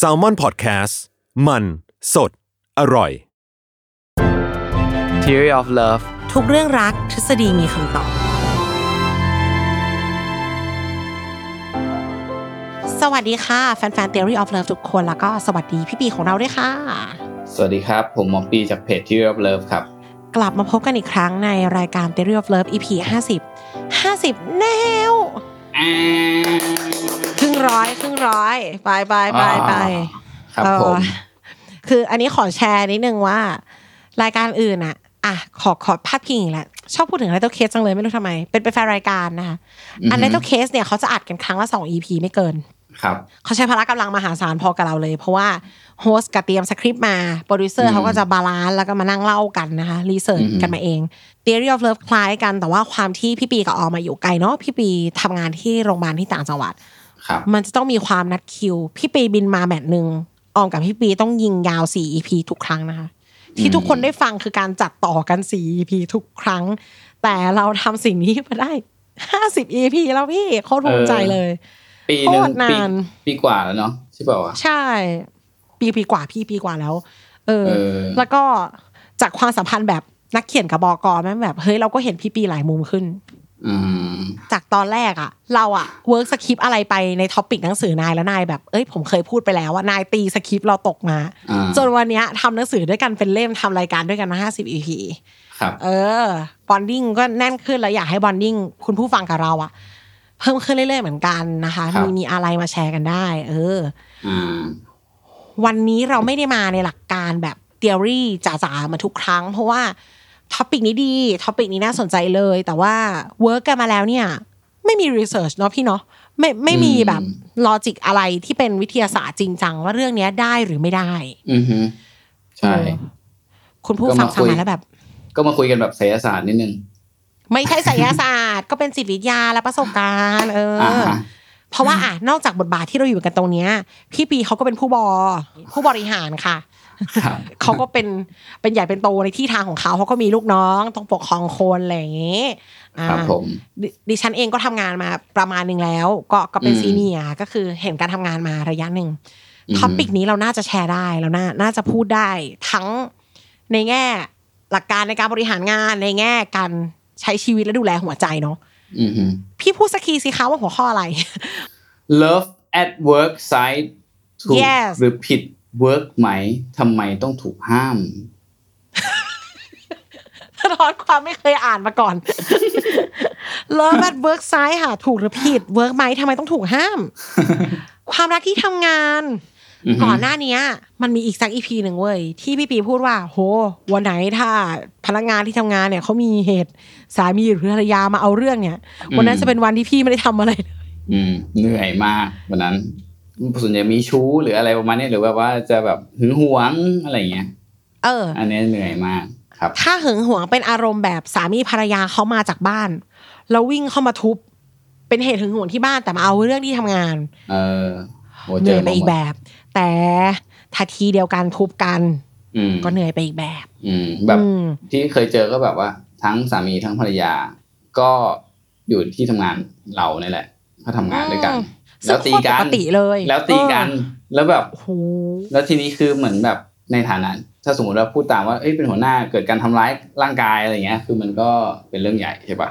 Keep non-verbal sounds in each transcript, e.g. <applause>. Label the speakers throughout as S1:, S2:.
S1: s a l m o n PODCAST มันสดอร่อย
S2: Theory of Love
S3: ทุกเรื่องรักทฤษฎีมีคำตอบ สวัสดีค่ะ แฟนๆ Theory of Love ทุกคน แล้วก็สวัสดีพี่ปีของเราด้วยค่ะ
S4: สวัสดีครับ ผมหมอปีจากเพจที่เลิฟเลิฟครับ
S3: กลับมาพบกันอีกครั้งในรายการ Theory of Love EP 50 50 แนวครึ่งร้อยครึ่งร้อยไปไปไปไป
S4: ครับ
S3: เอ่อ
S4: ผม
S3: คืออันนี้ขอแชร์นิดนึงว่า รายการอื่นอ่ะ อ่ะ ขอขอพาดพิงอีกแล้วชอบพูดถึง Little Case จังเลยไม่รู้ทำไม เป็นเป็นแฟนรายการนะคะ อัน
S4: อือฮึ
S3: Little Case เนี่ยเขาจะอัดกันครั้งละ 2 EP ไม่เกิน
S4: ครับ
S3: เขาใช้พละกำลังมหาศาลพอกับเราเลย เพราะว่าโฮสต์กับเตรียมสคริปต์มาโปรดิวเซอ
S4: อื
S3: ร์
S4: ม
S3: เขาก็จะบาลานซ์แล้วก็มานั่งเล่ากันนะคะรีเสิร์ช
S4: อืม
S3: กันมาเอง Theory of Love คล้ายกันแต่ว่าความที่พี่ปีกับออมมาอยู่ไกลเนาะพี่ปีทำงานที่โรงพยาบาลที่ต่างจังหวัด
S4: ครับ
S3: มันจะต้องมีความนัดคิว พี่ปีบินมาแมตช์หนึ่งออมกับพี่ปีต้องยิงยาว4 EP ทุกครั้งนะคะ ที่ทุกคนได้ฟังคือการจัดต่อกัน4 EP ทุกครั้ง แต่เราทำสิ่งนี้มาได้ 50 EP แล้วพี่โคตรภูมิใจเลย
S4: ปีหนึ่ง
S3: โคตรนาน
S4: ปีปีกว่าแล้วเนาะใช่เปล่าวะ
S3: ใช่ ปีปีกว่าพี่ปีกว่าแล้ว เออ
S4: เออ
S3: แล้วก็จากความสัมพันธ์แบบนักเขียนกับบอกอแม่งแบบเฮ้ยเราก็เห็นพี่ปีหลายมุมขึ้น
S4: อืม
S3: จากตอนแรกอะเราอะเวิร์กสคริปอะไรไปในท็อปิกหนังสือนายแล้วนายแบบเอ้ยผมเคยพูดไปแล้วว่านายตีสคริปเราตกมา
S4: อ่า
S3: จนวันเนี้ยทำหนังสือด้วยกันเป็นเล่มทำรายการด้วยกันมาห้าสิบ EP
S4: ครับ
S3: เออบอนดิ้งก็แน่นขึ้นแล้วอยากให้บอนดิ้งคุณผู้ฟังกับเราอะเพิ่มขึ้นเรื่อยๆเหมือนกันนะคะ
S4: ครับ
S3: มีมีอะไรมาแชร์กันได้ เออ
S4: อ่า
S3: วันนี้เราไม่ได้มาในหลักการแบบเทอรี่จ๋าๆเหมาทุกครั้ง เพราะว่าท็อปิกนี้ดีท็อปิกนี้น่าสนใจเลย แต่ว่าเวิร์กกันมาแล้วเนี่ย ไม่มีรีเสิร์ชเนาะพี่เนาะไม่ไม่มี
S4: อืม
S3: แบบลอจิกอะไรที่เป็นวิทยาศาสตร์จริงจังว่าเรื่องเนี้ยได้หรือไม่ได้
S4: อือฮึใช่
S3: เออ คุณผู้ฟัง
S4: ก็มา
S3: ฟัง
S4: คุย
S3: มาแล้วแบบ
S4: ก็มาคุยกันแบบไสยศาสตร์นิดนึง
S3: ไม่ใช่ไสยศาสตร์ ก็เป็นจิตวิทยาและประสบการณ์ เอออ
S4: ฮะ
S3: เพราะว่าอ่ะนอกจากบทบาทที่เราอยู่กันตรงเนี้ยพี่ปีเขาก็เป็นผู้บอผู้บริหารค่ะ
S4: ครับ
S3: <laughs> เขาก็เป็นเป็นใหญ่เป็นโตในที่ทางของเขาเขาก็มีลูกน้อง ต้องปกครองคนอะไรอย่างนี้อ่า
S4: ครับผม
S3: ดิดิฉันเองก็ทำงานมาประมาณหนึ่งแล้ว ก็ก็เป็น
S4: อืม
S3: ซีเนียร์ก็คือเห็นการทำงานมาระยะหนึ่ง
S4: อืม
S3: ท็อปิกนี้เราน่าจะแชร์ได้เราน่าน่าจะพูดได้ทั้งในแง่หลักการในการบริหารงานในแง่การใช้ชีวิตและดูแลหัวใจเนาะ
S4: อือฮึ
S3: พี่พูดสักทีสิคะว่าหัวข้ออะไร <laughs>
S4: Love at work site ถูก
S3: Yes
S4: หรือผิด work ไหมทำไมต้องถูกห้าม <laughs>
S3: สะท้อนความไม่เคยอ่านมาก่อน <laughs> Love at work site ค่ะ ถูกหรือผิด work ไหมทำไมต้องถูกห้าม ความรักที่ทำงาน
S4: อือฮึ
S3: ก่อนหน้าเนี้ย มันมีอีกสักอีพีหนึ่งเว้ย ที่พี่ปีพูดว่า โห วันไหนถ้าพนักงานที่ทำงานเนี่ยเขามีเหตุสามีหรือภรรยามาเอาเรื่องเนี่ย วันนั้นจะเป็นวันที่พี่ไม่ได้ทำอะไรเลย
S4: อืมเหนื่อยมากวันนั้นส่วนใหญ่มีชู้หรืออะไรประมาณนี้หรือแบบว่าจะแบบหึงหวงอะไรอย่างเงี้ย
S3: เออ
S4: อันนี้เหนื่อยมากครับ
S3: ถ้าหึงหวงเป็นอารมณ์แบบสามีภรรยาเขามาจากบ้าน แล้ววิ่งเข้ามาทุบ เป็นเหตุหึงหวงที่บ้านแต่มาเอาเรื่องที่ทำงาน
S4: เออโห
S3: เห
S4: เจ
S3: นื่อ
S4: อย
S3: ไปอีกแบบ แต่ถ้าทีเดียวกันทุบกัน
S4: อืม
S3: ก็เหนื่อยไปอีกแบบ
S4: อืมแบบ
S3: อืม
S4: ที่เคยเจอก็แบบว่า ทั้งสามีทั้งภรรยา ก็อยู่ที่ทำงานเราเนี่ยแหละก็ทำงานด้วยกัน แล้วตี
S3: ซึ่งโคตร
S4: กั
S3: ป
S4: น
S3: กติเลย
S4: แล้วตีกัน
S3: เออ
S4: แล้วแบบ
S3: โอ้โห
S4: แล้วทีนี้คือเหมือนแบบในฐานะ ถ้าสมมติว่าพูดตามว่าเอ้ยเป็นหัวหน้าเกิดการทำร้ายร่างกายอะไรเงี้ย คือมันก็เป็นเรื่องใหญ่ใช่ปะ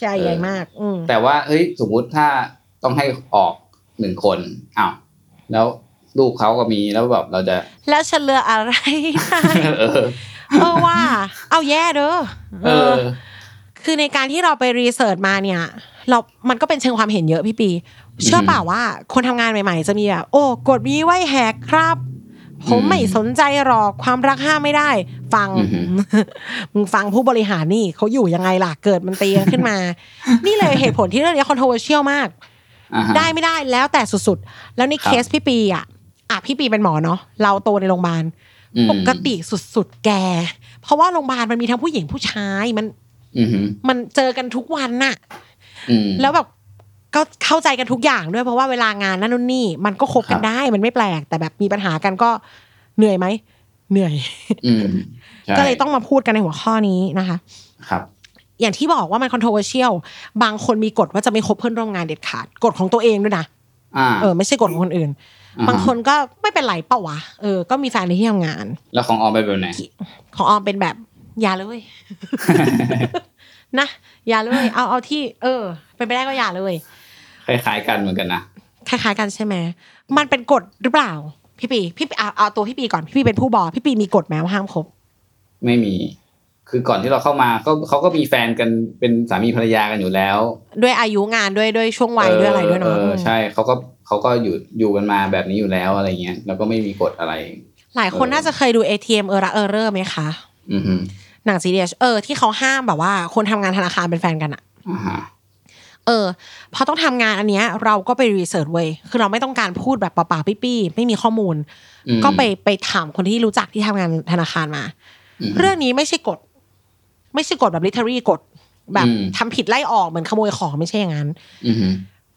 S3: ใจใหญ่มาก อืม
S4: แต่ว่าเฮ้ยสมมุติถ้าต้องให้ออกหนึ่งคนอ้าวแล้วลูกเขาก็มีแล้วแบบเราจะ
S3: แล้วฉันเลือกอะไรได้
S4: เออ
S3: เออว่า เอาแย่เด้อ
S4: เออ
S3: คือในการที่เราไปรีเสิร์ชมาเนี่ย เรา มันก็เป็นเชิงความเห็นเยอะพี่ปี เชื่อเปล่าว่าคนทำงานใหม่ ๆ จะมีแบบโอ้กดมีไว้แหกครับ ผม
S4: อืม
S3: ไม่สนใจหรอกความรักห้ามไม่ได้ ฟัง
S4: อือหือ
S3: มึงฟังผู้บริหารนี่เขาอยู่ยังไงล่ะเกิดมันตีกันขึ้นมา นี่เลยเหตุผลที่เรื่องนี้ controversial มาก
S4: อ่าฮะ
S3: ได้ไม่ได้แล้วแต่สุดๆ แล้วในเคสพี่ปีอ่ะอ่ะพี่ปีเป็นหมอเนาะเราโตในโรงพยาบาล
S4: อืม
S3: ปกติสุดๆแก เพราะว่าโรงพยาบาลมันมีทั้งผู้หญิงผู้ชายมัน
S4: อืมฮึ
S3: มันเจอกันทุกวันน่ะ
S4: อืม
S3: แล้วแบบก็เข้าใจกันทุกอย่างด้วยเพราะว่าเวลางานนั่นนู่นนี่ มันก็คบกั
S4: ค
S3: น
S4: รับ
S3: ได้มันไม่แปลกแต่แบบมีปัญหากันก็เหนื่อยไหมเหนื่อย
S4: อืมใช่
S3: ก็เลยต้องมาพูดกันในหัวข้อนี้นะคะ
S4: ครับ
S3: อย่างที่บอกว่ามัน controversial บางคนมีกฎว่าจะไม่คบเพื่อนร่วมงานเด็ดขาดกฎของตัวเองด้วยนะ
S4: อ่า
S3: เออไม่ใช่กฎของคนอื่น
S4: อ่ฮะ
S3: บางคนก็ไม่เป็นไรเปล่าวะเออก็มีแฟนในที่ทำงาน
S4: แล้วของออมไปแบบไหน <laughs>
S3: ของออมเป็นแบบอย่าเลย นะอย่าเลยเอาเอาที่ เออ เป็นไปได้ก็อย่าเลย
S4: คล้ายๆกันเหมือนกันนะ
S3: คล้ายๆกันใช่ไหม มันเป็นกฎหรือเปล่า พี่ปี พี่ปีเอาเอาตัวพี่ปีก่อน พี่ปีเป็นผู้บอก พี่ปีมีกฎไหมว่าห้ามคบ
S4: ไม่มี คือก่อนที่เราเข้ามาก็เขาก็มีแฟนกันเป็นสามีภรรยากันอยู่แล้ว
S3: ด้วยอายุงานด้วยด้วยช่วงวัยด้วยอะไรด้วยเนาะ
S4: ออใช่เขาก็เขาก็อยู่อยู่กันมาแบบนี้อยู่แล้วอะไรเงี้ยแล้วก็ไม่มีกฎอะไร
S3: หลายคน
S4: เออ
S3: น่าจะเคยดู ATM เออระเออเรอไหมคะ
S4: อือฮึ
S3: หนังซีเรียสเออที่เขาห้ามแบบว่า คนทำงานธนาคารเป็นแฟนกันอะ
S4: อ่าฮะ
S3: เออพอต้องทำงานอันเนี้ยเราก็ไปรีเสิร์ชเว้ยคือเราไม่ต้องการพูดแบบเปล่าๆปี้ๆไม่มีข้อมูล
S4: อืม
S3: ก็ไปไปถามคนที่รู้จักที่ทำงานธนาคารมา
S4: ม
S3: เรื่องนี้ไม่ใช่กฎ ไม่ใช่กฎแบบ literary กฎแบบ
S4: อืม
S3: ทำผิดไล่ออกเหมือนขโมยของไม่ใช่อย่างนั้น
S4: อือฮึ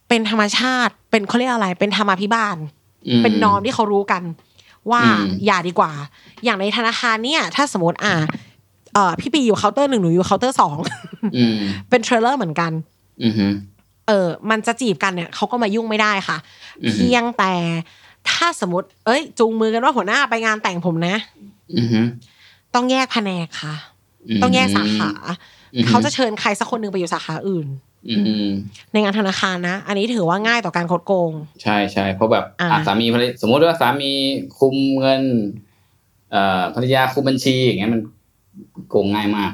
S3: เป็นธรรมชาติ เป็นเขาเรียกอะไร เป็นธรรมาภิบาล
S4: อืม
S3: เป็นนอมที่เขารู้กัน ว่า
S4: อืม
S3: อย่าดีกว่า อย่างในธนาคารเนี่ย ถ้าสมมติอ่าเอ่อพี่ปีอยู่เคาน์เตอร์หนึ่งหนูอยู่เคาน์เตอร์สอง <laughs>
S4: อืม
S3: เป็นเทรลเลอร์เหมือนกัน
S4: อือฮึ
S3: เออมันจะจีบกันเนี่ยเขาก็มายุ่งไม่ได้ค่ะ
S4: อืม
S3: เพียงแต่ถ้าสมมติ เอ้ย จูงมือกันว่าหัวหน้าไปงานแต่งผมนะ
S4: อือฮึ
S3: ต้องแยกแผนกค่ะ ต้องแยกสาขา
S4: อือฮึ
S3: เขาจะเชิญใครสักคนหนึ่งไปอยู่สาขาอื่น
S4: อืม
S3: ในงานธนาคารนะ อันนี้ถือว่าง่ายต่อการคดโกง
S4: ใช่ใช่เพราะแบบ
S3: อ่า
S4: อ่ะสามีภรรยาสมมติว่าสามีคุมเงิน เอ่อภรรยาคุมบัญชีอย่างเงี้ยมันโกงง่ายมาก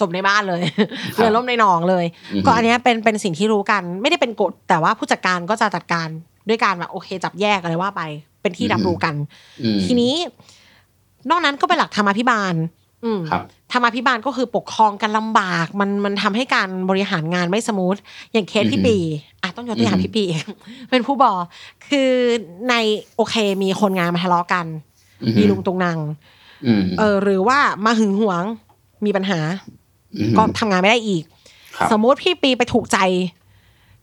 S3: จบในบ้านเลย
S4: ครับ
S3: เรือล่มในหนองเลย
S4: อืม
S3: ก็อันเนี้ยเป็นเป็นสิ่งที่รู้กัน ไม่ได้เป็นกฎแต่ว่าผู้จัดการก็จะจัดการด้วยการแบบโอเค จับแยกอะไรว่าไป เป็นที่รับรู้กัน
S4: อืม
S3: ทีนี้ นอกนั้นก็เป็นหลักธรรมาภิบาล อืม
S4: ครับ
S3: ธรรมาภิบาลก็คือปกครองกันลำบาก มันมันทำให้การบริหารงานไม่สมูทอย่างเคสพี่
S4: อือฮึ
S3: ปีอ่ะต้องยกตัวอย่าง
S4: อือฮึ
S3: พี่ปี <laughs> เป็นผู้บอกคือในโอเคมีคนงานมาทะเลาะกัน
S4: อือฮึ
S3: มีลุงตรงนาง
S4: อืม
S3: เออหรือว่ามาหึงหวงมีปัญหา
S4: ม
S3: ก็ทำงานไม่ได้อีก
S4: ครับ
S3: สมมุติพี่ปีไปถูกใจ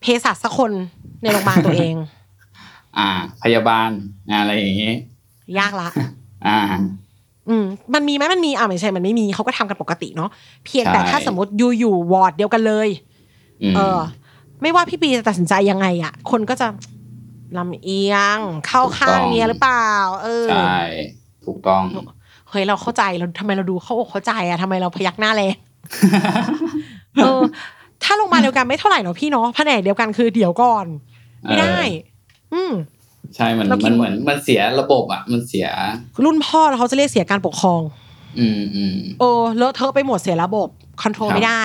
S3: เภสัชสักคนในโรงพยาบาลตัวเอง <laughs>
S4: อ่า พยาบาลอะไรอย่างงี้
S3: ยากละ
S4: อ่า
S3: อืมมันมีไหมมันมีอ่าไม่ใช่ มันไม่มีเขาก็ทำกันปกติเนาะเพียงแต่
S4: ใช่
S3: ถ้าสมมติอยู่อยู่ๆวอร์ดเดียวกันเลย
S4: ม
S3: เออ ไม่ว่าพี่ปีจะตัดสินใจยังไงอะคนก็จะลำเอียง เข้าข้างเมียหรือเปล่า เออ
S4: ใช่ถูกต้อง
S3: เฮ้ยเราเข้าใจเราทำไมเราดูเข้าอกเข้าใจอะทำไมเราพยักหน้าแรง เออ ถ้าลงมาลเดียวกันไม่เท่าไหร่หรอกพี่เนาะแผนกเดียวกันคือเดี๋ยวก่อน ไม่ได้
S4: เออ
S3: อืม
S4: ใช่มัน
S3: เราคิ
S4: มั
S3: ด
S4: นเหมือนมันเสียระบบอ่ะ มันเสีย
S3: รุ่นพ่อเขาจะเรียกเสียการปกครอง
S4: อืมอืม
S3: โอ้เลอะเทอะไปหมดเสียระบบคอนโทร
S4: ค
S3: ล
S4: รับ
S3: ไม่ได้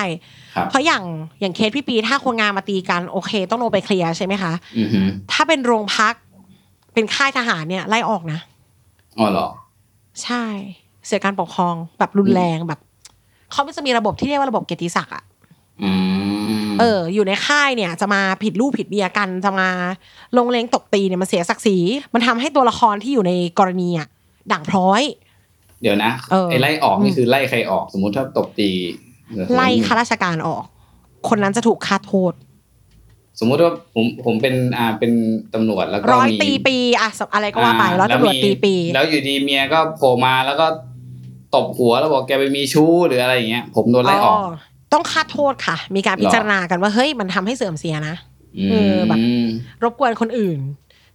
S4: ครับ
S3: เพราะอย่างอย่างเคสพี่ปี ถ้าคนงานมาตีกัน โอเค ต้องลงไปเคลียร์ใช่ไหมคะ
S4: อือฮึ
S3: ถ้าเป็นโรงพัก เป็นค่ายทหารเนี่ยไล่ออกนะ
S4: อ๋อเหรอ
S3: ใช่ เสียการปกครองแบบรุนแรงแบบเขาไม่จะมีระบบที่เรียกว่าระบบเกียรติศักดิ์อะ
S4: อืม
S3: เอออยู่ในค่ายเนี่ย จะมาผิดรูปผิดเบียกันจะมาลงเลงตบตีเนี่ยมันเสียศักดิ์ศรีมันทำให้ตัวละครที่อยู่ในกรณีอะด่างพร้อย
S4: เดี๋ยวนะ
S3: เออ
S4: ไอ้ไล่ออก
S3: อื
S4: นี่
S3: ม
S4: คือไล่ใครออก สมมุติถ้าตบตี
S3: ไล่ข้าราชการออก คนนั้นจะถูกคาโทษ
S4: สมมุติว่าผมผมเป็นอ่าเป็นตำรวจแล้วก็
S3: ร้อย
S4: มี
S3: ตีปีอะสอะไรก็ว่าไป
S4: า
S3: ร้อยตำรวจ
S4: แล้มี
S3: ตีปี
S4: แล้วอยู่ดีเมียก็โผล่มาแล้วก็ตบหัวแล้วบอกแกไปมีชู้หรืออะไรอย่างเงี้ย ผมโดนไล่ออก
S3: ต้องคาดโทษค่ะ มีการพิจารณากันว่าเฮ้ยมันทำให้เสื่อมเสียนะ เออแบบ
S4: ม
S3: รบกวนคนอื่น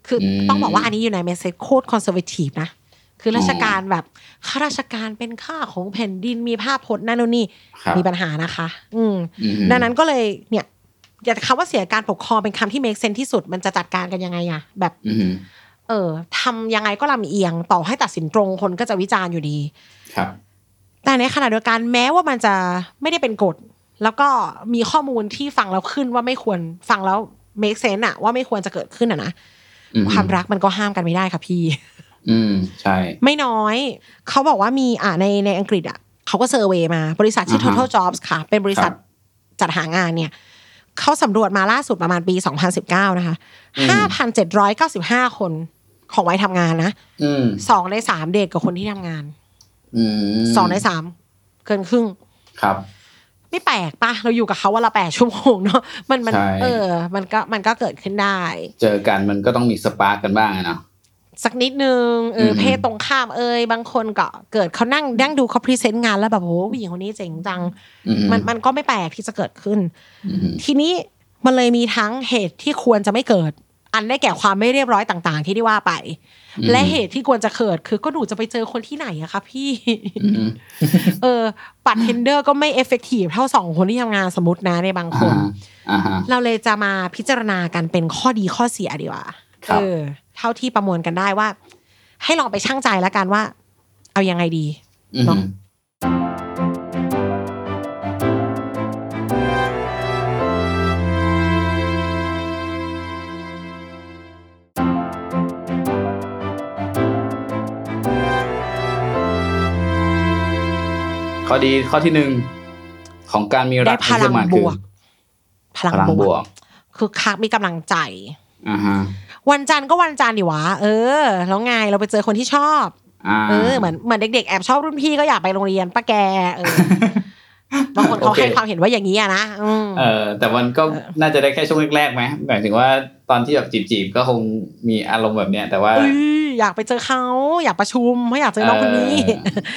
S3: คืออ
S4: ม
S3: ต้องบอกว่าอันนี้อยู่ในเมสเซจโคตรคอนเซอร์เวทีฟนะ คือราชการแบบข้าราชการเป็นข้าของแผ่นดินมีภาพพจน์นั่นนู่นนี่
S4: ครับ
S3: มีปัญหานะคะ อืม
S4: อืม
S3: ดังนั้นก็เลยเนี่ยอย่าคำว่าเสียการปกครองเป็นคำที่เมคเซนที่สุดมันจะจัดการกันยังไงอะแบบ
S4: อืม
S3: เออทำยังไงก็ลำเอียงต่อให้ตัดสินตรงคนก็จะวิจารณ์อยู่ดี
S4: ครับ
S3: แต่ในขณะเดียวกันแม้ว่ามันจะไม่ได้เป็นกฎ แล้วก็มีข้อมูลที่ฟังแล้วขึ้นว่าไม่ควรฟังแล้ว make sense อะว่าไม่ควรจะเกิดขึ้นอะนะ
S4: อื
S3: ความรักมันก็ห้ามกันไม่ได้ค่ะพี่
S4: อืมใช่
S3: ไม่น้อย เขาบอกว่ามีอ่ะในในอังกฤษอะเขาก็เซอร์เวย์มาบริษัทชื่อ
S4: อ่าฮะ
S3: Total Jobs ค่ะ เป็นบริษัทจัดหางานเนี่ย เขาสำรวจมาล่าสุดประมาณปี 2019 นะคะ
S4: อืม
S3: 5,795 คนของวัยทำงานนะ
S4: อืม
S3: สองในสามเดทกับคนที่ทำงาน
S4: อืม
S3: สองในสามเกินครึ่ง
S4: ครับ
S3: ไม่แปลกปะเราอยู่กับเขาวันละแปดชั่วโมงเนาะมันมัน
S4: ใช่
S3: เออ มันก็มันก็เกิดขึ้นได้
S4: เจอกันมันก็ต้องมีสปาร์กกันบ้างอะเนาะ
S3: สักนิดนึงเออ
S4: อืม
S3: เพศตรงข้ามเอยบางคนก็เกิดเขานั่งนั่งดูเขาพรีเซนต์งานแล้วแบบโอ้ผู้หญิงคนนี้เจ๋งจัง
S4: อื
S3: มันมันก็ไม่แปลกที่จะเกิดขึ้น
S4: อืม
S3: ทีนี้มันเลยมีทั้งเหตุที่ควรจะไม่เกิด อันได้แก่ความไม่เรียบร้อยต่างๆ ที่ได้ว่าไป และเหตุที่ควรจะเกิดคือก็หนูจะไปเจอคนที่ไหนอะคะพี่ <laughs>
S4: อืม
S3: เออปัดเทนเดอร์ก็ไม่เอฟเฟกตีฟเท่าสองคนที่ทำงานสมมตินะในบางค
S4: อ่าน อ่าฮะ
S3: เราเลยจะมาพิจารณากันเป็นข้อดีข้อเสียดีกว่า
S4: ครับ
S3: เออ เท่าที่ประมวลกันได้ว่า ให้ลองไปชั่งใจแล้วกันว่า เอายังไงดี
S4: อืม
S3: เนาะ
S4: ข้อดีข้อที่หนึ่งของการมีรั
S3: ได้
S4: ก
S3: พ
S4: ที่
S3: ลั
S4: เชื่องมัน
S3: บ
S4: คือ
S3: วก พลัง
S4: พลัง
S3: บบ ว
S4: วก
S3: กคือคักมีกำลังใจ
S4: อ่าฮะ
S3: วันจันทร์ก็วันจันทร์ดิวะเออแล้วไงเราไปเจอคนที่ชอบ
S4: อ่า
S3: เออเหมือนเหมือนเด็กๆแอบชอบรุ่นพี่ก็อยากไปโรงเรียนป้าแกเออบางคนเขา
S4: โอเค
S3: ให้ความเห็นว่าอย่างนี้อะนะอืม
S4: เออแต่มันก็น่าจะได้แค่ช่วงแรกๆไหมหมายถึงว่าตอนที่แบบจีบๆก็คงมีอารมณ์แบบเนี้ยแต่ว่า
S3: เอ้ยอยากไปเจอเขาอยากประชุมไม่อยากเจอน้องคนนี้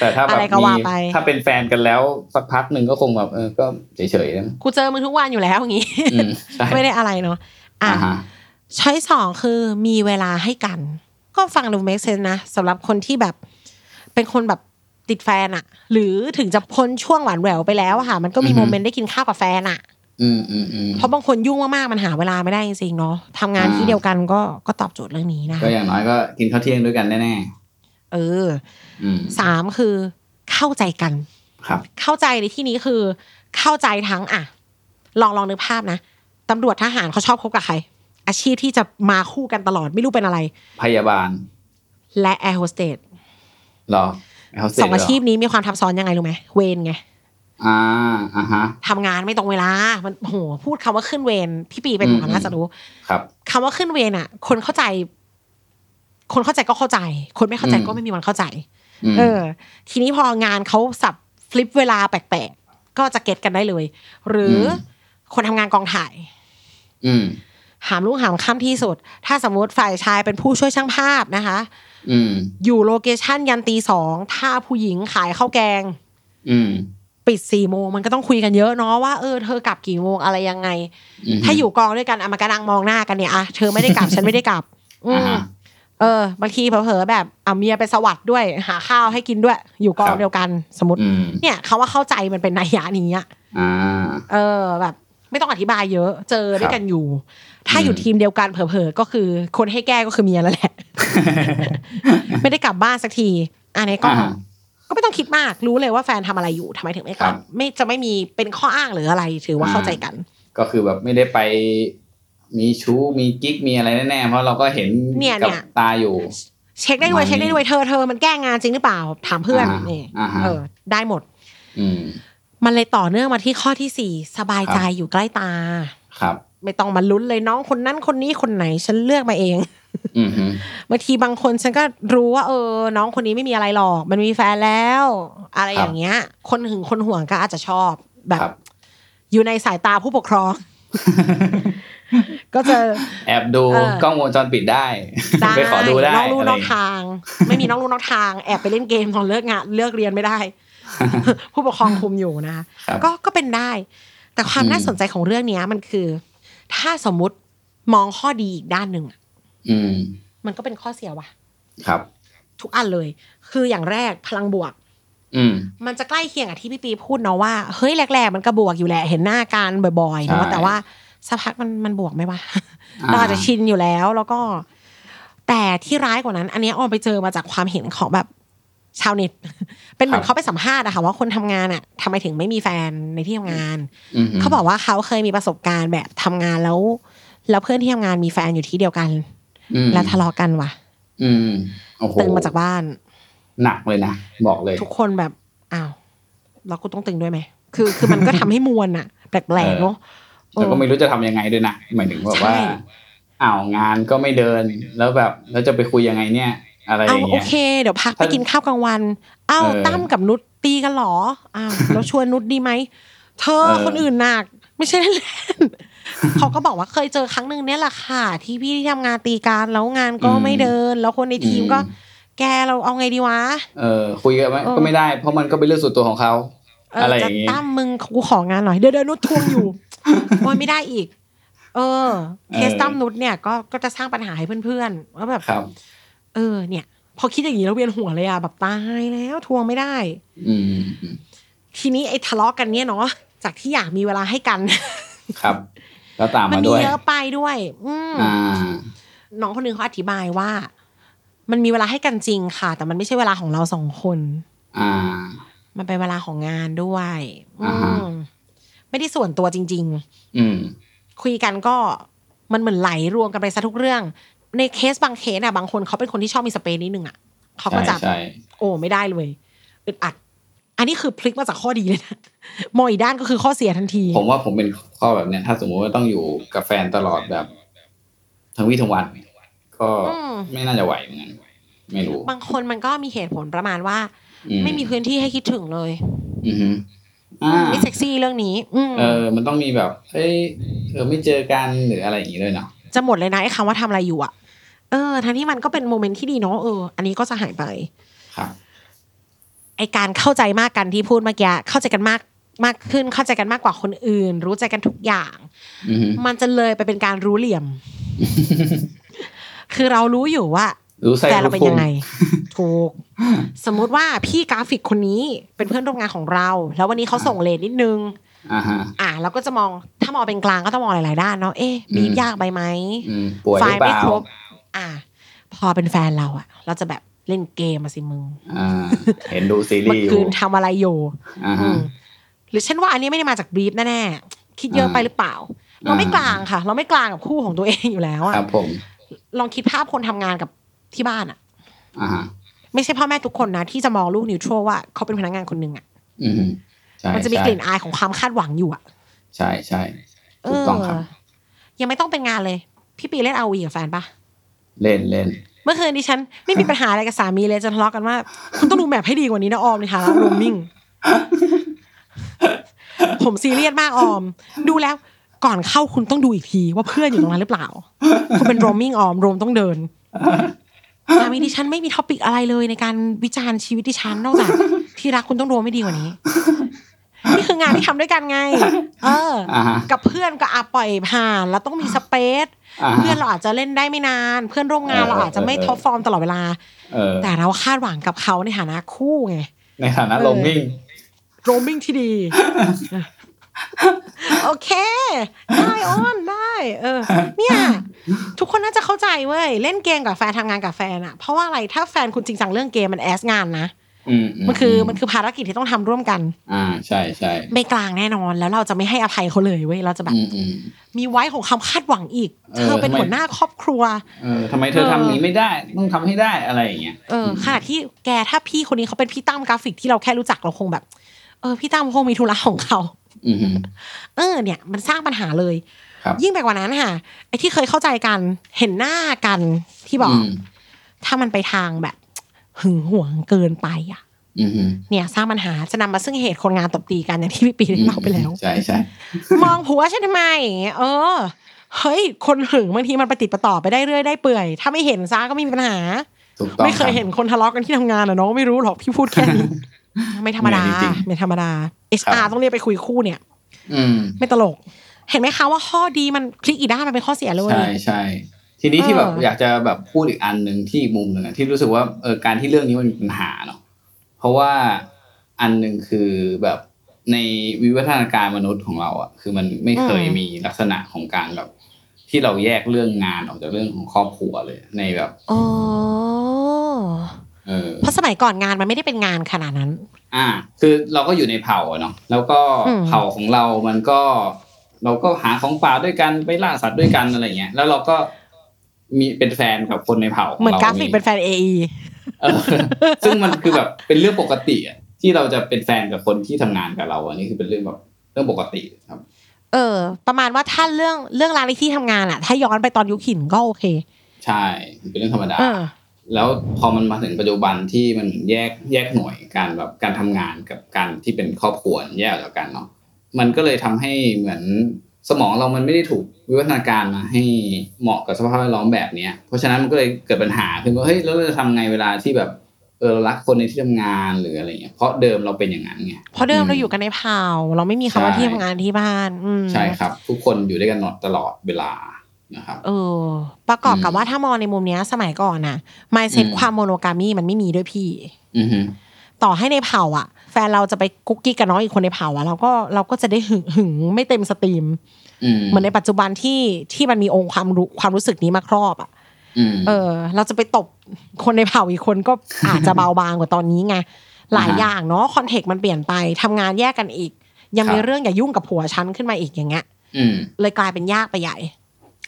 S4: เออแต่ถ้าแบบ
S3: อะไรก็
S4: มี
S3: ว่าไป
S4: ถ้าเป็นแฟนกันแล้วสักพักหนึ่งก็คงแบบเออก็เฉยๆนะ
S3: กูเจอมึงทุกวันอยู่แล้วอย่างงี้
S4: อืมใช่
S3: ไม่ได้อะไรเนาะอ่ะ
S4: อ่าฮะ
S3: ช้อยสองคือมีเวลาให้กัน ก็ฟังดู make sense นะสำหรับคนที่แบบ เป็นคนแบบติดแฟนอะหรือถึงจะพ้นช่วงหวานแหววไปแล้วอะค่ะ มันก็มีโมเมนต์ได้กินข้าวกับแฟนอะ
S4: อืมอืมอืม
S3: เพราะบางคนยุ่งมากๆมันหาเวลาไม่ได้จริงๆเนาะทำงานที่เดียวกันก็ก็ตอบโจทย์เรื่องนี้นะ
S4: ก็อย่างน้อยก็กินข้าวเที่ยงด้วยกันแน่
S3: เออ
S4: ๆอืม
S3: สามคือเข้าใจกัน
S4: ครับ
S3: เข้าใจในที่นี้คือ เข้าใจทั้งอ่ะ ลองลองนึกภาพนะตำรวจทหารเขาชอบคบกับใคร อาชีพที่จะมาคู่กันตลอดไม่รู้เป็นอะไร
S4: พยาบาล
S3: และแอร์โฮสเตส
S4: เหรอเขาเสร็จ
S3: สองอาชีพนี้มีความทับซ้อนยังไงรู้ไหมเวรไง
S4: อ่าอ่าฮะ
S3: ทำงานไม่ตรงเวลา มันโอ้โหพูดคำว่าขึ้นเวรพี่ปีเป็นหมอ
S4: อืม
S3: น่าจะรู้
S4: ครับ
S3: คำว่าขึ้นเวรอ่ะ คนเข้าใจ คนเข้าใจก็เข้าใจ คนไม่เข้าใจ
S4: อืม
S3: ก็ไม่มีวันเข้าใจ
S4: อืม
S3: เออ ทีนี้พองานเขาสับฟลิปเวลาแปลกๆก็จะเก็ตกันได้เลย หรืออคนทำงานกองถ่าย
S4: อืม
S3: หามรุ่งหามค่ำที่สุด ถ้าสมมติฝ่ายชายเป็นผู้ช่วยช่างภาพนะคะ
S4: อืม
S3: อยู่โลเคชั่นยันตีสองถ้าผู้หญิงขายข้าวแกง
S4: อืม
S3: ปิดสี่โมงมันก็ต้องคุยกันเยอะเนาะว่าเออเธอกลับกี่โมงอะไรยังไง
S4: ม
S3: ถ้าอยู่กองด้วยกันอะมากระนังมองหน้ากันเนี่ยอะเธอไม่ได้ก
S4: <laughs>
S3: ลับ ฉันไม่ได้กลับ อื
S4: อ่าม ฮะ
S3: เออบางทีเผลอๆแบบเอาเมียไปสวัสด์ด้วย หาข้าวให้กินด้วย อยู่กอ
S4: ค
S3: ง
S4: รับ
S3: เดียวกันสมมติ
S4: อืม
S3: เนี่ยคำว่าเข้าใจมันเป็นนัยยะนี้อะ
S4: อ่า
S3: เออแบบ ไม่ต้องอธิบายเยอะ เจอด้วยกันอยู่ ถ้า
S4: อืม
S3: อยู่ทีมเดียวกันเผลอๆก็คือ คนให้แก้ก็คือเมียแล้วแหละ ไม่ได้กลับบ้านสักที อันนี้ก็
S4: อ่า
S3: ก็ไม่ต้องคิดมากรู้เลยว่าแฟนทำอะไรอยู่ทำไมถึงไม่กลับ
S4: ครับ
S3: ไม่จะไม่มีเป็นข้ออ้างหรืออะไร ถือว่า
S4: อ่า
S3: เข้าใจกัน
S4: ก็คือแบบไม่ได้ไป มีชู้มีกิ๊กมีอะไรแน่ๆเพราะเราก็เห็น
S3: เนี่ย
S4: กับ
S3: เนี่ย
S4: ตาอยู่
S3: เช็คได้ด้วย
S4: ไม่
S3: เช็คได้ด้วยเธอเธอมันแก้งานจริงหรือเปล่าถามเพื่อน
S4: อ่า
S3: นี่
S4: อ่าฮะ
S3: เออ ได้หมด
S4: อืม
S3: มันเลยต่อเนื่องมาที่ข้อที่สี่สบายใจอยู่ใกล้ตา
S4: ครับ
S3: ไม่ต้องมาลุ้นเลยน้องคนนั้นคนนี้คนไหนฉันเลือกมาเอง
S4: อืมฮึ
S3: บางทีบางคนฉันก็รู้ว่าเออ น้องคนนี้ไม่มีอะไรหรอก มันมีแฟนแล้ว อะไรอย่างเงี้ย คนหึงคนห่วงก็อาจจะชอบแบบ
S4: ครับ
S3: อยู่ในสายตาผู้ปกครอง <laughs> ก็จะ
S4: แอบดู
S3: เออ
S4: กล้องวงจรปิดได้ ไปขอดูได้
S3: นอกลู่นอ
S4: ะ
S3: ก
S4: ไรย่างเงี้ย
S3: ทาง ไม่มีนอกลู่นอกทาง แอบไปเล่นเกมตอนเลิกงานเลิกเรียนไม่ได้ <laughs> ผู้ปกครองคุมอยู่นะคะ
S4: ครับ
S3: ก็ก็เป็นได้ แต่ความ
S4: อืม
S3: น่าสนใจของเรื่องเนี้ยมันคือ ถ้าสมมุติมองข้อดีอีกด้านหนึ่งอะ
S4: อืม
S3: มันก็เป็นข้อเสียว่ะ
S4: ครับ
S3: ทุกอันเลย คืออย่างแรกพลังบวก
S4: อืม
S3: มันจะใกล้เคียงกับที่พี่ปีพูดเนาะว่าเฮ้ยแรกๆมันก็บวกอยู่แหละเห็นหน้ากันบ่อยๆเนาะ
S4: ใช่
S3: แต่ว่าสักพักมันมันบวกไหมวะ <laughs> เราอาจจะชินอยู่แล้วแล้วก็ แต่ที่ร้ายกว่านั้น อันเนี้ยออมไปเจอมาจากความเห็นของแบบชาวเน็ต <laughs> เป็นเหมือน
S4: ครับ
S3: เขาไปสัมภาษณ์อะค่ะว่าคนทำงานอะทำไมถึงไม่มีแฟนในที่ทำงาน
S4: มฮึ
S3: เขาบอกว่าเขาเคยมีประสบการณ์แบบทำงานแล้ว แล้วเพื่อนที่ทำงานมีแฟนอยู่ที่เดียวกัน
S4: อืม
S3: แล้วทะเลาะกันว่ะ
S4: อืมโอ้โห
S3: ตึงมาจากบ้าน
S4: หนักเลยนะ บอกเลย
S3: ทุกคนแบบ <laughs> อ้าว แล้วกูต้องตึงด้วยไหม คือ คือมันก็ทำให้มวลอะแปลกๆเนาะ
S4: แต่ก็ไม่รู้จะทำยังไงด้วยนะหมายถึงแบบว่า
S3: ใช่
S4: อ้าวงานก็ไม่เดินแล้วแบบแล้วจะไปคุยยังไงเนี่ย อะไรอ
S3: เอา
S4: ย่าง
S3: โอ
S4: เงี้ย
S3: เค เดี๋ยวพักไปกินข้าวกลางวัน เอา
S4: เออ
S3: ตั้มกับนุชตีกันเหรอ
S4: <laughs>
S3: อ้าวแล้วชวนนุชดีไหมเธอ
S4: เออ
S3: คนอื่นหนัก ไม่ใช่เล่นๆ <laughs> เขาก็บอกว่าเคยเจอครั้งหนึ่งเนี่ยแหละค่ะ ที่พี่ที่ทำงานตีกันแล้วงานก็ไม่เดิน แล้วคนในทีมก็ แกเราเอาไงดีวะ
S4: เออคุยกันไหม
S3: เออ
S4: ก็ไม่ได้ เพราะมันก็เป็นเรื่องส่วนตัวของเขา
S3: เออ
S4: อะไรอ
S3: จะ
S4: ย่างงี้
S3: ตั้มมึงกูของานหน่อยเดี๋ยวเดี๋ยวนุชทวงอยู่ ว่าไม่ได้อีก เออเคสตั้มนุชเนี่ยก็ก็จะสร้างปัญหาให้เพื่อนๆว่าแบบ
S4: <laughs> ครับ
S3: เออเนี่ย พอคิดอย่างนี้แล้วเวียนหัวเลยอะแบบตายแล้วทวงไม่ได้
S4: อืมอืม
S3: ทีนี้ไอ้ทะเลาะกันเนี่ยเนาะจากที่อยากมีเวลาให้
S4: <laughs>
S3: กัน
S4: ครับ แล้วตาม
S3: มั
S4: มา
S3: มี
S4: ด้วย
S3: เยอะไปด้วย อืม
S4: อ่า
S3: น้องคนหนึงเขาอธิบายว่า มันมีเวลาให้กันจริงค่ะ แต่มันไม่ใช่เวลาของเราสองคน
S4: อ่า
S3: มันเป็นเวลาของงานด้วยอื
S4: อ่าฮะ
S3: มไม่ได้ส่วนตัวจริง
S4: อืม
S3: ๆ คุยกันก็มันเหมือนไหลรวมกันไปซะทุกเรื่อง ในเคสบางเคสอะบางคนเขาเป็นคนที่ชอบมีสเปซนิดนึงอะเขาก็
S4: ใช่
S3: จะ
S4: ใช่
S3: โอ้ไม่ได้เลยอึดอัด อันนี้คือพลิกมาจากข้อดีเลยนะ <laughs> มองอีกด้านก็คือข้อเสียทันที
S4: ผมว่าผมเป็นข้อแบบเนี้ย ถ้าสมมติว่าต้องอยู่กับแฟนตลอดแบบ ทั้งวี่ทั้งวัน ก็
S3: อืม
S4: ไม่น่าจะไหวเหมือนกันไม่รู้
S3: บางคนมันก็มีเหตุผลประมาณว่า
S4: อื
S3: ไม่มีพื้นที่ให้คิดถึงเลย
S4: อือฮึอ่า
S3: ไม่เซ็กซี่เรื่องนี้ อืม
S4: เออ มันต้องมีแบบเฮ้ยเออไม่เจอกันหรืออะไรอย่างงี้ด้วยเนาะ
S3: จะหมดเลยนะไอ้คำว่าทำอะไรอยู่อะเออทั้งที่มันก็เป็นโมเมนต์ที่ดีเนาะเอออันนี้ก็จะหายไป
S4: ครับ
S3: ไอการเข้าใจมากกันที่พูดเมื่อกี้เข้าใจกันมากมากขึ้นเข้าใจกันมากกว่าคนอื่น รู้ใจกันทุกอย่าง
S4: อือฮึ
S3: มันจะเลยไปเป็นการรู้เหลี่ย
S4: <laughs>
S3: ม คือเรารู้อยู่ว่า
S4: รู้ใส่
S3: แต่เรา
S4: รู้
S3: เป็น
S4: พุ
S3: ยัง งไง ถูก สมมุติว่าพี่กราฟิกคนนี้เป็นเพื่อนร่วมงานของเรา แล้ววันนี้เขาส่งเลทนิดนึง
S4: อ่าฮะ
S3: อ่ะเราก็จะมองถ้ามองเป็นกลางก็ต้องมองหลายๆด้านเนาะเอ๊ะบีบ
S4: อืม
S3: ยากไปไหม
S4: อืมป่วย
S3: ไฟ
S4: หรือ
S3: ล์
S4: เป
S3: ไม่
S4: ล่า
S3: ครบ อ่ะพอเป็นแฟนเราอะเราจะแบบเล่นเกมมาสิมึง
S4: อ่า เห็นดูซี
S3: เมื่
S4: รี
S3: อ
S4: ส์อ
S3: คื
S4: ยู่
S3: นทำอะไรอยู่
S4: อ่า
S3: อื
S4: ฮะ
S3: มหรือฉันว่าอันนี้ไม่ได้มาจากบีบแน่ๆคิดเยอะไปหรือเปล่า เราไม่
S4: อ่า
S3: กลางค่ะ เราไม่กลางกับคู่ของตัวเองอยู่แล้วอะ
S4: ครับผม
S3: ลองคิดภาพคนทำงานกับที่บ้านอะ
S4: อ่าฮะ
S3: ไม่ใช่พ่อแม่ทุกคนนะ ที่จะมองลูกนิวทรัลว่าเขาเป็นพนักงานคนหนึ่งอ่ะ
S4: อือฮึใช่
S3: มันจะมี
S4: ใช่
S3: กลิ่นอายของความคาดหวังอยู่อ่ะ
S4: ใช่ใช่
S3: เอ
S4: ถูก
S3: อ
S4: ต้องครับ
S3: ยังไม่ต้องเป็นงานเลย พี่ปีเล่นอาวีกับแฟนปะ
S4: เล่นเล่น
S3: เมื่อคืนดิฉันไม่มีปัญหาอะไรกับสามีเลยจะทะเลาะกันว่า คุณต้องดูแมพให้ดีกว่านี้นะออมในฐานะรูมมิ่ง ผมซีเรียสมากออม ดูแล้วก่อนเข้าคุณต้องดูอีกทีว่าเพื่อนอยู่ตรงนั้นหรือเปล่า คุณเป็นโรมมิ่งออมโรมต้องเดินสามีดิฉันไม่มีท็อปิกอะไรเลยในการวิจารณ์ชีวิตดิฉันนอกจาก ที่รักคุณต้องโรมไม่ดีกว่านี้ นี่คืองานที่ทำด้วยกันไง เออ
S4: อ่าฮะ
S3: กับเพื่อนก็อาปล่อยผ่านแล้วต้องมีสเปซ
S4: อ่าฮะ
S3: เพื่อนเราอาจจะเล่นได้ไม่นาน เพื่อนร่วมงาน
S4: เออ
S3: เราอาจจะไม่
S4: เออ
S3: ท็อปฟอร์มตลอดเวลา
S4: เออ
S3: แต่เราคาดหวังกับเขาในฐานะคู่ไง
S4: ในฐานะ
S3: เออ
S4: โรมมิ่ง
S3: โรมมิ่งที่
S4: <laughs>
S3: ดี โอเค ได้ออนได้ เออ เนี่ย ทุกคนน่าจะเข้าใจเว้ย เล่นเกมกับแฟนทำงานกับแฟนอะเพราะว่าอะไรถ้าแฟนคุณจริงจังเรื่องเกมมันแอสงานนะ
S4: อืม
S3: มันคือมันคือภารกิจที่ต้องทำร่วมกัน
S4: อ่า ใช่ใช่
S3: ไม่กลางแน่นอนแล้วเราจะไม่ให้อภัยเขาเลยเว้ยเราจะแบบ
S4: อืมอืม
S3: มีไว้ของคำคาดหวังอีก
S4: เออ
S3: เธอเป็น
S4: ทำไม
S3: หัวหน้าครอบครัว
S4: เออทำไมเธอ
S3: เออ
S4: ทำอย่างนี้ไม่ได้ ต้องทำให้ได้อะไรอย่างเงี้ย
S3: เออขณะที่แกถ้าพี่คนนี้เขาเป็นพี่ตั้มกราฟิกที่เราแค่รู้จักเราคงแบบ เออ พี่ตั้มคงมีธุระของเขา
S4: อืมฮึ
S3: เออเนี่ยมันสร้างปัญหาเลย
S4: ครับ
S3: ยิ่งไปกว่านั้นค่ะไอ้ที่เคยเข้าใจกันเห็นหน้ากันที่บอก
S4: ม
S3: ถ้ามันไปทางแบบ หึงหวงเกินไปอ่ะ
S4: อืมฮึ
S3: เนี่ยสร้างปัญหาจะนำมาซึ่งเหตุคนงานตบตีกันอย่างที่พี่ปีได้เล่าไปแล้ว
S4: ใช่ใช่
S3: มองผัวฉันทำไมอย่างเงี้ยเออ เฮ้ย คนหึงบางทีมันไปติดประต่อไปได้เรื่อยได้เปื่อย ถ้าไม่เห็นซะก็ไม่มีปัญหา
S4: ถูกต้อง
S3: ไม่เคยเห็นคนทะเลาะกันที่ทำงานอะน้องไม่รู้หรอกพี่พูดแค่นี้ ไม่ธรรมดาไม่ธรรมดาเอชอาร์ต้องเรียกไปคุยคู่เนี่ย
S4: อืม
S3: ไม่ตลก เห็นไหมคะว่าข้อดีมันคลิกอีกด้านมันเป็นข้อเสียเลย
S4: ใช่ใช่ทีนี้
S3: เออ
S4: ที่แบบอยากจะแบบพูดอีกอันหนึ่งที่อีกมุมหนึ่งอะที่รู้สึกว่าเออการที่เรื่องนี้มันมีปัญหาเนาะเพราะว่าอันหนึ่งคือแบบในวิวัฒนาการมนุษย์ของเราอ่ะคือมันไม่เคยมีลักษณะของการแบบ ที่เราแยกเรื่องงานออกจากเรื่องของครอบครัวเลย ในแบบ
S3: อ๋อ
S4: เออ
S3: เพราะสมัยก่อนงานมันไม่ได้เป็นงานขนาดนั้น
S4: อ่า คือเราก็อยู่ในเผ่าอะเนาะ แล้วก็
S3: อืม
S4: เผ่าของเรา มันก็ เราก็หาของป่าด้วยกัน ไปล่าสัตว์ด้วยกันอะไรเงี้ย แล้วเราก็มีเป็นแฟนกับคนในเผ่าขง
S3: เหมือนกราฟิก
S4: มี
S3: เป็นแฟนเอไอ
S4: เออซึ่งมันคือแบบเป็นเรื่องปกติอะที่เราจะเป็นแฟนกับคนที่ทำงานกับเราอันนี้คือเป็นเรื่องแบบเรื่องปกติครับ
S3: เ เออ ประมาณว่าถ้าเรื่องเรื่องราวในที่ทำงานอะถ้าย้อนไปตอนยุคหินก็โอเค
S4: ใช่มันเป็นเรื่องธรรมดา
S3: เออ
S4: แล้วพอมันมาถึงปัจจุบันที่มันแยกแยกหน่วยการแบบการทำงานกับการที่เป็นครอบครัวแยกออกจากกันเนาะมันก็เลยทำให้เหมือนสมองเรามันไม่ได้ถูกวิวัฒนาการมาให้เหมาะกับสภาพแวดล้อมแบบเนี้ยเพราะฉะนั้นมันก็เลยเกิดปัญหาขึ้นว่าเฮ้ยแล้วเราจะทำไงเวลาที่แบบเออเรารักคนในที่ทำงานหรืออะไรเงี้ยเพราะเดิมเราเป็นอย่างนั้นไง
S3: เพราะเดิมเราอยู่กันในเผ่า เราไม่มีคำว่า
S4: ใช่
S3: ที่ทำงานที่บ้าน อืม
S4: ใช่ครับ ทุกคนอยู่ด้วยกันหนอดตลอดเวลานะครับ
S3: เออ ประกอบกับ
S4: อืม
S3: ว่าถ้ามองในมุมเนี้ยสมัยก่อนน่ะ mindset
S4: อืม
S3: ความโมโนกามีมันไม่มีด้วยพี่
S4: อือฮึ
S3: ต่อให้ในเผ่าอ่ะ แฟนเราจะไปกุ๊กกิ๊กกับน้องอีกคนในเผ่าอ่ะเราก็เราก็จะได้หึงหึงไม่เต็มสตรีม
S4: อืม
S3: เหมือนในปัจจุบันที่ที่มันมีองค์ความรู้ความรู้สึกนี้มาครอบอ่ะ
S4: อืม
S3: เออ เราจะไปตบคนในเผ่าอีกคนก็ อาจจะเบาบางกว่าตอนนี้ไง หลาย
S4: อ่าฮะ
S3: อย่างเนาะคอนเทกต์มันเปลี่ยนไปทำงานแยกกันอีก ยังมี
S4: ครับ
S3: เรื่องอย่ายุ่งกับผัวฉันขึ้นมาอีกอย่างเงี้ย
S4: อืม
S3: เลยกลายเป็นยากไปใหญ่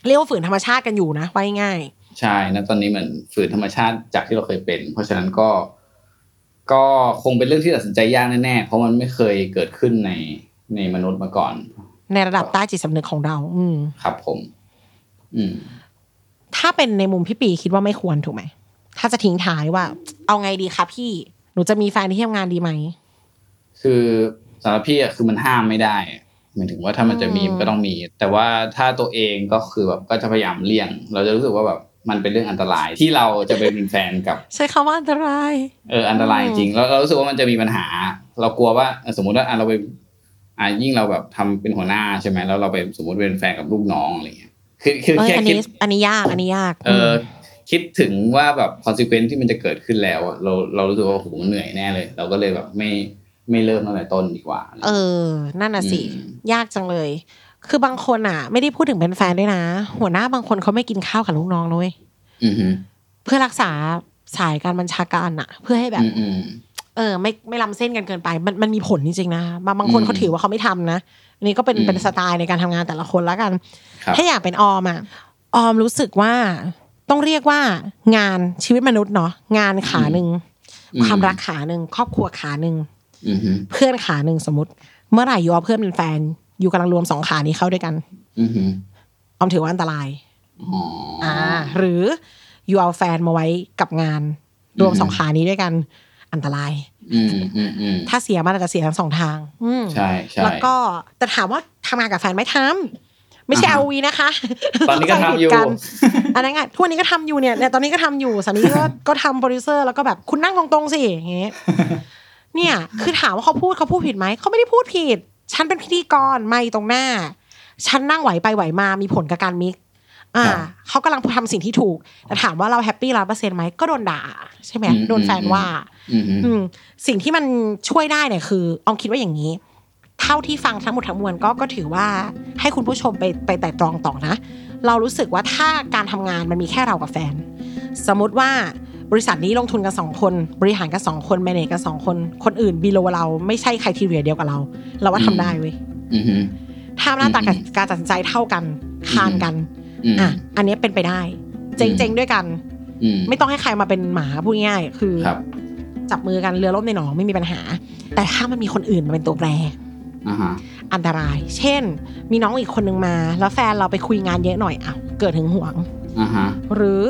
S3: เรียกว่าฝืนธรรมชาติกันอยู่นะไว้ง่าย
S4: ใช่นะตอนนี้เหมือนฝืนธรรมชาติจากที่เราเคยเป็น เพราะฉะนั้นก็ ก็คงเป็นเรื่องที่ตัดสินใจยากแน่ๆ เพราะมันไม่เคยเกิดขึ้นในในมนุษย์มาก่อน
S3: ในระดับใต้จิตสำนึกของเรา อืม
S4: ครับผม อืม
S3: ถ้าเป็นในมุมพี่ปีคิดว่าไม่ควรถูกไหม ถ้าจะทิ้งท้ายว่า เอาไงดีคะพี่ หนูจะมีแฟนที่ทำงานดีไหม
S4: คือสำหรับพี่อะคือมันห้ามไม่ได้อะหมายถึงว่าถ้ามันจะมี
S3: อืม
S4: มันก็ต้องมี แต่ว่าถ้าตัวเองก็คือแบบก็จะพยายามเลี่ยง เราจะรู้สึกว่าแบบมันเป็นเรื่องอันตรายที่เราจะไปเป็นแฟนกับ
S3: ใช้คำว่าอันตราย
S4: เอออันตรายจริงๆแล้วเรารู้สึกว่ามันจะมีปัญหา เรากลัวว่าเออสมมติว่าอ่ะเราไปอ่ะยิ่งเราแบบทำเป็นหัวหน้าใช่ไหมแล้วเราไปสมมติเป็นแฟนกับลูกน้องอะไรเงี้ยคือคือ
S3: เอ้ย
S4: แค่
S3: อัน
S4: คิด
S3: นี้อันนี้ยากอันนี้ยาก
S4: เออคิดถึงว่าแบบ consequence ที่มันจะเกิดขึ้นแล้วอะเราเรารู้สึกว่าโอ้โหเหนื่อยแน่เลย เราก็เลยแบบไม่ไม่เริ่มตั้งแต่ต้นดีกว่า
S3: เออ นั่นน่ะสิ
S4: อืม
S3: ยากจังเลย คือบางคนอ่ะ ไม่ได้พูดถึงเป็นแฟนด้วยนะ หัวหน้าบางคนเขาไม่กินข้าวกับลูกน้องเลย
S4: อืมฮึ
S3: เพื่อรักษาสายการบัญชาการอ่ะ เพื่อให้แบบ
S4: อืมอืม
S3: เออไม่ไม่ล้ำเส้นกันเกินไป มันมันมีผลจริงๆนะบางบางคน
S4: อืม
S3: เขาถือว่าเขาไม่ทำนะอันนี้ก็เป็น
S4: อืม
S3: เป็นสไตล์ในการทำงานแต่ละคนละกัน
S4: ครับ
S3: ถ้าอยากเป็นออมอ่ะออมรู้สึกว่าต้องเรียกว่างานชีวิตมนุษย์เนาะงานขาหนึ่งความรักขาหนึ่งครอบครัวขาหนึ่ง
S4: อืมฮึ
S3: เพื่อนขาหนึ่งสมมติ เมื่อไหร่อยู่เอาเพื่อนเป็นแฟน อยู่กำลังรวมสองขานี้เข้าด้วยกัน
S4: อืมฮึ
S3: ออมถือว่าอันตราย
S4: อ๋ออ่า
S3: อ่า หรืออยู่เอาแฟนมาไว้กับงาน รวม
S4: อืม
S3: สองขานี้ด้วยกันอันตราย
S4: อืมอืมอืม
S3: ถ้าเสียมันอาจจะเสียทั้งสองทาง อืม
S4: ใช่ใช่
S3: แล้วก็แต่ถามว่าทำงานกับแฟนไหม่ทำไม่ใช่
S4: อ่า
S3: เอา
S4: ฮะ
S3: วีนะคะ
S4: ตอนนี้ก็ทำอยู่
S3: เข้าใจผิดนอันนั้นไงทุกวันนี้ก็ทำอยู่เนี่ยเนี่ยตอนนี้ก็ทำอยู่สามีก็ <laughs> ก็ทำโปรดิวเซอร์แล้วก็แบบคุณนั่งตรงๆสิอย่างเงี้ย
S4: <laughs>
S3: เนี่ย คือถามว่าเขาพูดเขาพูดผิดไหมเขาไม่ได้พูดผิด ฉันเป็นพิธีกรไม่ตรงหน้า ฉันนั่งไหวไปไหวมามีผลกับการมิกซ์อ่า
S4: ครับ
S3: เขากำลังทำสิ่งที่ถูกแต่ถามว่าเราแฮปปี้ร้อยเปอร์เซ็นต์ไหมก็โดนด่าใช่ไหม
S4: อืม
S3: โดนแฟน
S4: อืม
S3: ว่า
S4: อืมฮึ
S3: อืมสิ่งที่มันช่วยได้เนี่ยคือออมคิดว่าอย่างนี้ เท่าที่ฟังทั้งหมดทั้งมวลก็ก็ถือว่าให้คุณผู้ชมไปไปแต่ตรองต่อนะ เรารู้สึกว่าถ้าการทำงานมันมีแค่เรากับแฟน สมมติว่าบริษัทนี้ลงทุนกันสองคน บริหารกันสองคนแมเนจกันสองคน คนอื่นบีโลเราไม่ใช่ใครทีเรียเดียวกับเรา เราว่าทำได้เว้ย
S4: อืมฮึ
S3: ถ้าหน้าตาการการตัดสินใจเท่ากันคานกัน
S4: อืม
S3: อ่ะอันเนี้ยเป็นไปได้ เจ๊งๆด้วยกัน
S4: อืม
S3: ไม่ต้องให้ใครมาเป็นหมาพูดง่ายๆคือ
S4: ครับ
S3: จับมือกันเรือล่มในหนองไม่มีปัญหา แต่ถ้ามันมีคนอื่นมาเป็นตัวแปร
S4: อ่าฮะ
S3: อันตราย เช่น มีน้องอีกคนนึงมา แล้วแฟนเราไปคุยงานเยอะหน่อยอ่ะเกิดหึงหวง
S4: อ่าฮะ
S3: หรือ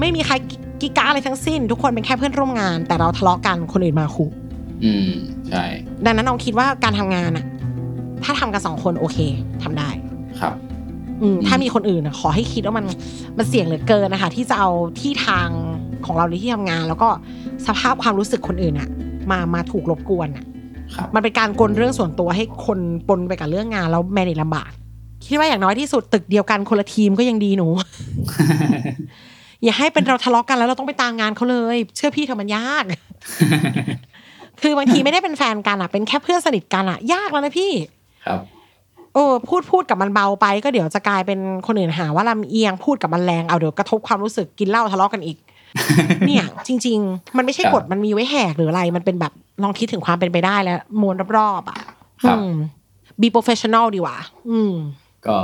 S3: ไม่มีใครกิกกาอะไรทั้งสิ้น ทุกคนเป็นแค่เพื่อนร่วมงาน แต่เราทะเลาะกันคนอื่นมาคุ
S4: อืม ใช่
S3: ดังนั้นน้องคิดว่าการทำงานอะถ้าทำกันสองคนโอเคทำได้
S4: ครับ
S3: อืม
S4: อืม
S3: ถ้ามีคนอื่นอะขอให้คิดว่ามันมันเสี่ยงเหลือเกินนะคะ ที่จะเอาที่ทางของเราในที่ทำงาน แล้วก็สภาพความรู้สึกคนอื่นอะมามาถูกรบกวนอะ <laughs>
S4: ครับ
S3: มันเป็นการกลนเรื่องส่วนตัวให้คนปนไปกับเรื่องงานแล้วแมเนจลำบาก คิดว่าอย่างน้อยที่สุดตึกเดียวกันคนละทีมก็ยังดีหนู <laughs> อย่าให้เป็นเราทะเลาะกันแล้วเราต้องไปตามงานเขาเลย เชื่อพี่เถอะมันยาก <laughs> คือบางทีไม่ได้เป็นแฟนกันอ่ะ เป็นแค่เพื่อนสนิทกันอ่ะ ยากแล้วนะพี่
S4: ครับ
S3: โอ้พูดพูดกับมันเบาไป ก็เดี๋ยวจะกลายเป็นคนอื่นหาว่าลำเอียงพูดกับมันแรงเอาเดี๋ยวกระทบความรู้สึกกินเหล้าทะเลาะ
S4: <laughs>
S3: กันอีก เนี่ย จริง ๆ มันไม่ใช่
S4: ครับ
S3: กฎมันมีไว้แหกหรืออะไร มันเป็นแบบลองคิดถึงความเป็นไปได้และมวลรอบๆอ่ะ
S4: ครับ
S3: บีโปรเฟชชั่นอลดีกว่า อืม
S4: ก็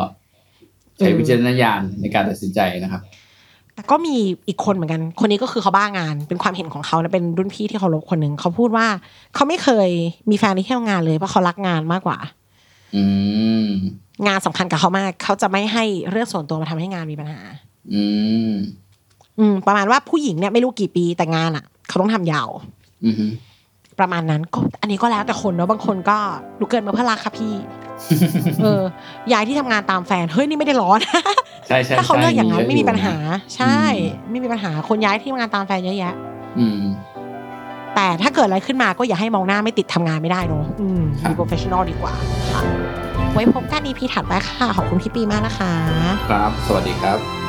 S4: ใช้วิจารณญาณในการตัดสินใจนะครับ
S3: แต่ก็มีอีกคนเหมือนกัน คนนี้ก็คือเขาบ้างาน เป็นความเห็นของเขานะเป็นรุ่นพี่ที่เขารบคนหนึ่งเขาพูดว่า เขาไม่เคยมีแฟนที่เที่ยวงานเลยเพราะเขารักงานมากกว่า
S4: อืม
S3: งานสำคัญกับเขามาก เขาจะไม่ให้เรื่องส่วนตัวมาทำให้งานมีปัญหา
S4: อืม
S3: อืมประมาณว่าผู้หญิงเนี่ยไม่รู้กี่ปีแต่งานอ่ะ เขาต้องทำยาว
S4: อืมฮึ
S3: ประมาณนั้นก็อันนี้ก็แล้วแต่คนเนาะบางคนก็ลูกเกินมาเพื่อรักค่ะ
S4: <laughs>
S3: พี่ เออยายที่ทำงานตามแฟนเฮ้ยนี่ไม่ได้ร้อน <laughs>
S4: ใช่ใช่
S3: ถ้าเขาเลิกอย่างนั้น
S4: ใช่
S3: ไม่มีปัญหา
S4: เยอะอยู่
S3: ใช่
S4: อืม
S3: ไม่มีปัญหาคนย้ายที่ทำงานตามแฟนเยอะแยะ
S4: นะอืม
S3: แต่ถ้าเกิดอะไรขึ้นมาก็อย่าให้มองหน้าไม่ติดทำงานไม่ได้เนอะอืม
S4: ครับ
S3: มีโปรเฟชชั่นอลดีกว่าค่ะไว้พบกัน EP ถัดไปค่ะ ขอบคุณพี่ปีมากนะคะ
S4: ครับ สวัสดีครับ